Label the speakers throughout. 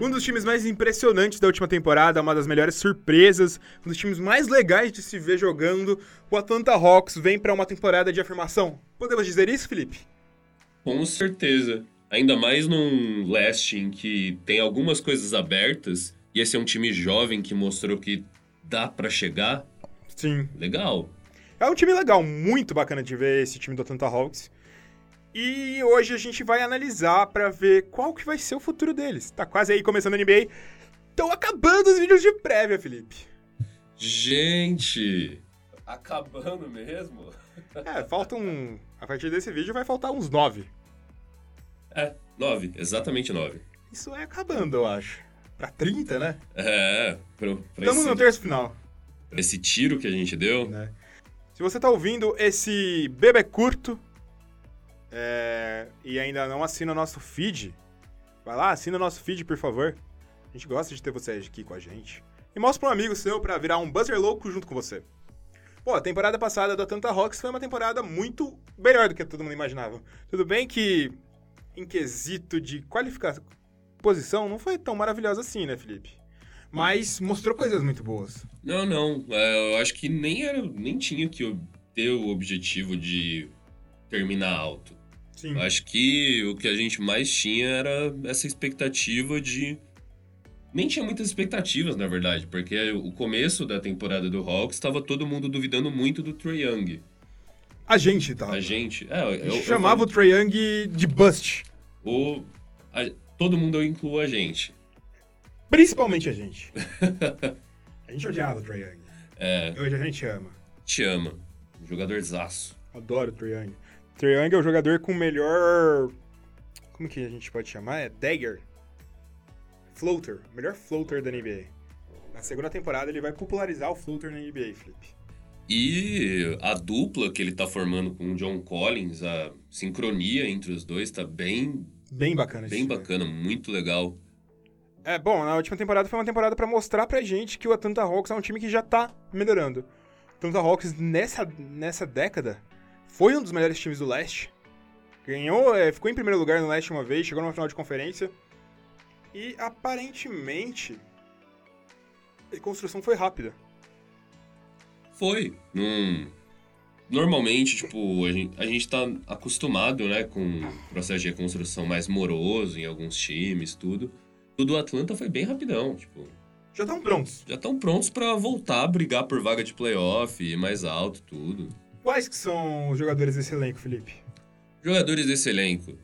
Speaker 1: Um dos times mais impressionantes da última temporada, uma das melhores surpresas, um dos times mais legais de se ver jogando. O Atlanta Hawks vem para uma temporada de afirmação. Podemos dizer isso, Felipe?
Speaker 2: Com certeza. Ainda mais num leste em que tem algumas coisas abertas e esse é um time jovem que mostrou que dá para chegar.
Speaker 1: Sim.
Speaker 2: Legal.
Speaker 1: É um time legal, muito bacana de ver esse time do Atlanta Hawks. E hoje a gente vai analisar para ver qual que vai ser o futuro deles. Tá quase aí começando a NBA. Estão acabando os vídeos de prévia, Felipe.
Speaker 2: Gente, acabando mesmo?
Speaker 1: É, faltam. A partir desse vídeo vai faltar uns nove.
Speaker 2: É, nove, exatamente nove.
Speaker 1: Isso é acabando, eu acho. Pra 30, né?
Speaker 2: É, pra, pra
Speaker 1: Estamos no
Speaker 2: esse,
Speaker 1: terço final.
Speaker 2: esse tiro que a gente deu.
Speaker 1: né? Se você tá ouvindo esse bebê curto é, e ainda não assina nosso feed, vai lá, assina nosso feed, por favor. A gente gosta de ter vocês aqui com a gente. E mostra pra um amigo seu pra virar um buzzer louco junto com você. Pô, a temporada passada da Tanta Rocks foi uma temporada muito melhor do que todo mundo imaginava. Tudo bem que, em quesito de qualificação, posição, não foi tão maravilhosa assim, né, Felipe? Mas mostrou coisas muito boas.
Speaker 2: Não, não. é, Eu acho que nem era, nem tinha que ob- ter o objetivo de terminar alto.
Speaker 1: Sim.
Speaker 2: Eu acho que o que a gente mais tinha era essa expectativa de. Nem tinha muitas expectativas, na verdade, porque o começo da temporada do Hawks estava todo mundo duvidando muito do Trae Young.
Speaker 1: A gente tá.
Speaker 2: A gente. É, eu,
Speaker 1: A gente
Speaker 2: eu-
Speaker 1: chamava o Trae Young de bust.
Speaker 2: o- a- todo mundo inclua a gente.
Speaker 1: Principalmente a gente. a gente odiava o Trae Young.
Speaker 2: É,
Speaker 1: Hoje a gente ama.
Speaker 2: te ama. Jogador zaço.
Speaker 1: Adoro o Trae Young. Trae Young é o jogador com o melhor... Como que a gente pode chamar? É dagger. Floater. O melhor floater da NBA. Na segunda temporada ele vai popularizar o floater na NBA, Felipe.
Speaker 2: E a dupla que ele tá formando com o John Collins, a sincronia entre os dois tá bem,
Speaker 1: Bem bacana esse
Speaker 2: bem
Speaker 1: time.
Speaker 2: bacana, muito legal.
Speaker 1: É, bom, na última temporada foi uma temporada pra mostrar pra gente que o Atlanta Hawks é um time que já tá melhorando. O Atlanta Hawks nessa, nessa década foi um dos melhores times do leste. Ganhou, é, ficou em primeiro lugar no leste uma vez, chegou numa final de conferência. E aparentemente a construção foi rápida.
Speaker 2: Foi. Num... Normalmente, tipo, a gente, a gente tá acostumado, né, com o processo de reconstrução mais moroso em alguns times, tudo. O do Atlanta foi bem rapidão, tipo,
Speaker 1: Já tá um estão prontos.
Speaker 2: já estão prontos pra voltar a brigar por vaga de playoff, ir mais alto, tudo.
Speaker 1: Quais que são os jogadores desse elenco, Felipe?
Speaker 2: Jogadores desse elenco.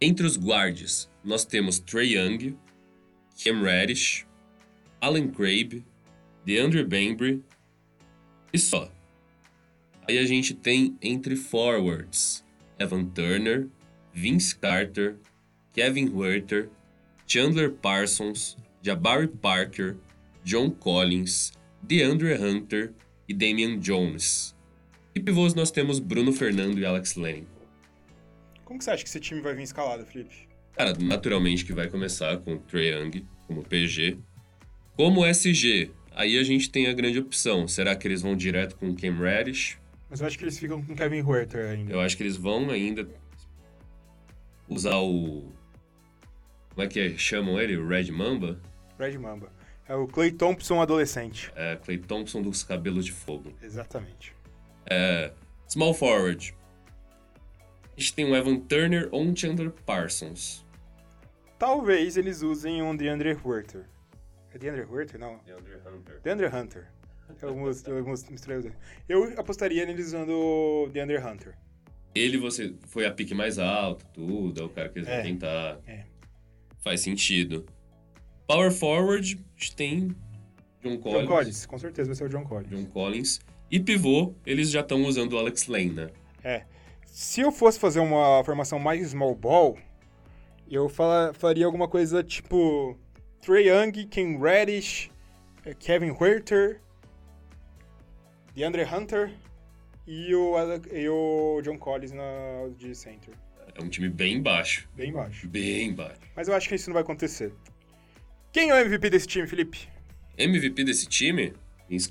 Speaker 2: Entre os guardes, nós temos Trey Young, Cam Reddish, Alan Crabb, DeAndre Bembry e só. Aí a gente tem entre forwards Evan Turner, Vince Carter, Kevin Huerter, Chandler Parsons, Jabari Parker, John Collins, DeAndre Hunter e Damian Jones. E pivôs nós temos Bruno Fernando e Alex Lennon.
Speaker 1: Como que você acha que esse time vai vir escalado, Felipe?
Speaker 2: Cara, naturalmente que vai começar com o Trae Young como PG. Como SG, aí a gente tem a grande opção. Será que eles vão direto com o Cam Reddish?
Speaker 1: Mas eu acho que eles ficam com Kevin Huerter ainda.
Speaker 2: Eu acho que eles vão ainda usar o... Como é que é? chamam ele? O Red Mamba?
Speaker 1: Red Mamba. É o Clay Thompson adolescente.
Speaker 2: É, Clay Thompson dos cabelos de fogo.
Speaker 1: Exatamente.
Speaker 2: É, small forward. A gente tem o Evan Turner ou um Chandler Parsons.
Speaker 1: Talvez eles usem um DeAndre Huerter. É DeAndre Huerter? Não. DeAndre Hunter. É Eu, mus- eu mus- misturei os dois. Eu apostaria neles usando o DeAndre Hunter.
Speaker 2: Ele você foi a pique mais alta, tudo, é o cara que eles
Speaker 1: É,
Speaker 2: vão tentar.
Speaker 1: é.
Speaker 2: Faz sentido. Power forward, a gente tem John Collins.
Speaker 1: John Collins, com certeza vai ser o John Collins.
Speaker 2: John Collins. E pivô, eles já estão usando o Alex Lane, né?
Speaker 1: É. Se eu fosse fazer uma formação mais small ball, eu fala- faria alguma coisa tipo Trey Young, Ken Reddish, eh, Kevin Huerter, DeAndre Hunter e o, Ale- e o John Collins na, de center.
Speaker 2: É um time bem baixo.
Speaker 1: Bem baixo.
Speaker 2: Bem baixo.
Speaker 1: Mas eu acho que isso não vai acontecer. Quem é o MVP desse time, Felipe?
Speaker 2: MVP desse time? Vince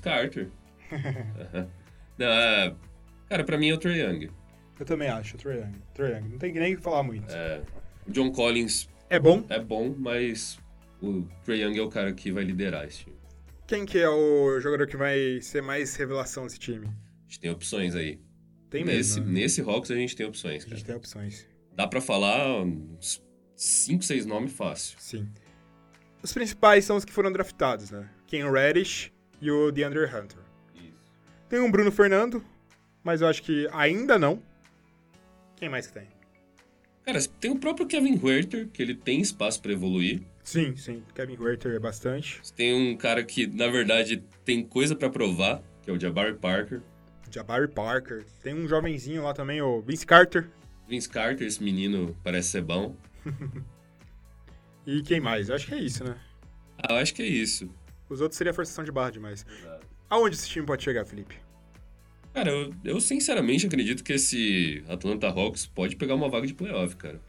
Speaker 2: Carter. Não, é- Cara, pra mim é o Trae Young.
Speaker 1: Eu também acho, Trae Young. Trae Young. Não tem nem o que falar muito.
Speaker 2: É, O John Collins
Speaker 1: É bom?
Speaker 2: é bom, mas O Trae Young é o cara que vai liderar esse time.
Speaker 1: Quem que é o jogador que vai ser mais revelação desse time?
Speaker 2: A gente tem opções aí.
Speaker 1: Tem mesmo.
Speaker 2: nesse,
Speaker 1: né?
Speaker 2: nesse Hawks a gente tem opções,
Speaker 1: A gente
Speaker 2: cara.
Speaker 1: tem opções.
Speaker 2: Dá pra falar uns 5, 6 nomes fácil.
Speaker 1: Sim. Os principais são os que foram draftados, né? Ken Reddish e o DeAndre Hunter. Tem um Bruno Fernando, mas eu acho que ainda não. Quem mais que tem?
Speaker 2: Cara, tem o próprio Kevin Huerter, que ele tem espaço pra evoluir.
Speaker 1: Sim, sim. Kevin Huerter é bastante.
Speaker 2: Você tem um cara que, na verdade, tem coisa pra provar, que é o Jabari Parker.
Speaker 1: Jabari Parker. Tem um jovenzinho lá também, o Vince Carter.
Speaker 2: Vince Carter, esse menino parece ser bom.
Speaker 1: E quem mais? Eu acho que é isso, né?
Speaker 2: Ah, eu acho que é isso.
Speaker 1: Os outros seria forçação de barra demais. Aonde esse time pode chegar, Felipe?
Speaker 2: Cara, eu, eu sinceramente acredito que esse Atlanta Hawks pode pegar uma vaga de playoff, cara.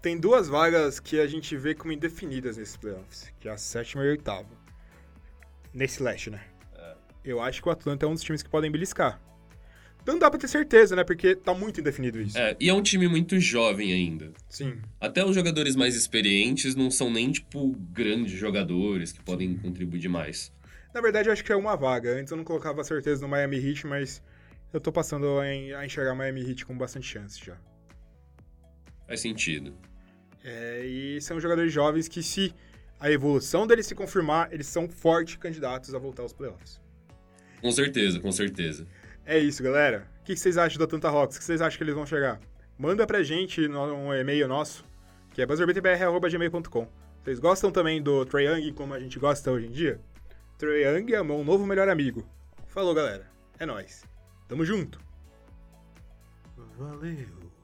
Speaker 1: Tem duas vagas que a gente vê como indefinidas nesses playoffs, que é a sétima e a oitava. Nesse leste, né? Eu acho que o Atlanta é um dos times que podem beliscar. Não dá pra ter certeza, né? Porque tá muito indefinido isso.
Speaker 2: É, e é um time muito jovem ainda.
Speaker 1: Sim.
Speaker 2: Até os jogadores mais experientes não são nem, tipo, grandes jogadores que podem contribuir demais.
Speaker 1: Na verdade, eu acho que é uma vaga. Antes eu não colocava certeza no Miami Heat, mas eu tô passando a en- a enxergar Miami Heat com bastante chance já.
Speaker 2: Faz sentido.
Speaker 1: É, e são jogadores jovens que, se a evolução deles se confirmar, eles são fortes candidatos a voltar aos playoffs.
Speaker 2: Com certeza, com certeza.
Speaker 1: É isso, galera. O que que vocês acham do Atlanta Hawks? O que vocês acham que eles vão chegar? Manda pra gente no- um e-mail nosso, que é buzzerbtbr.gmail.com. Vocês gostam também do Trae Young, como a gente gosta hoje em dia? Trae Young é o meu novo melhor amigo. Falou, galera. É nóis. Tamo junto. Valeu.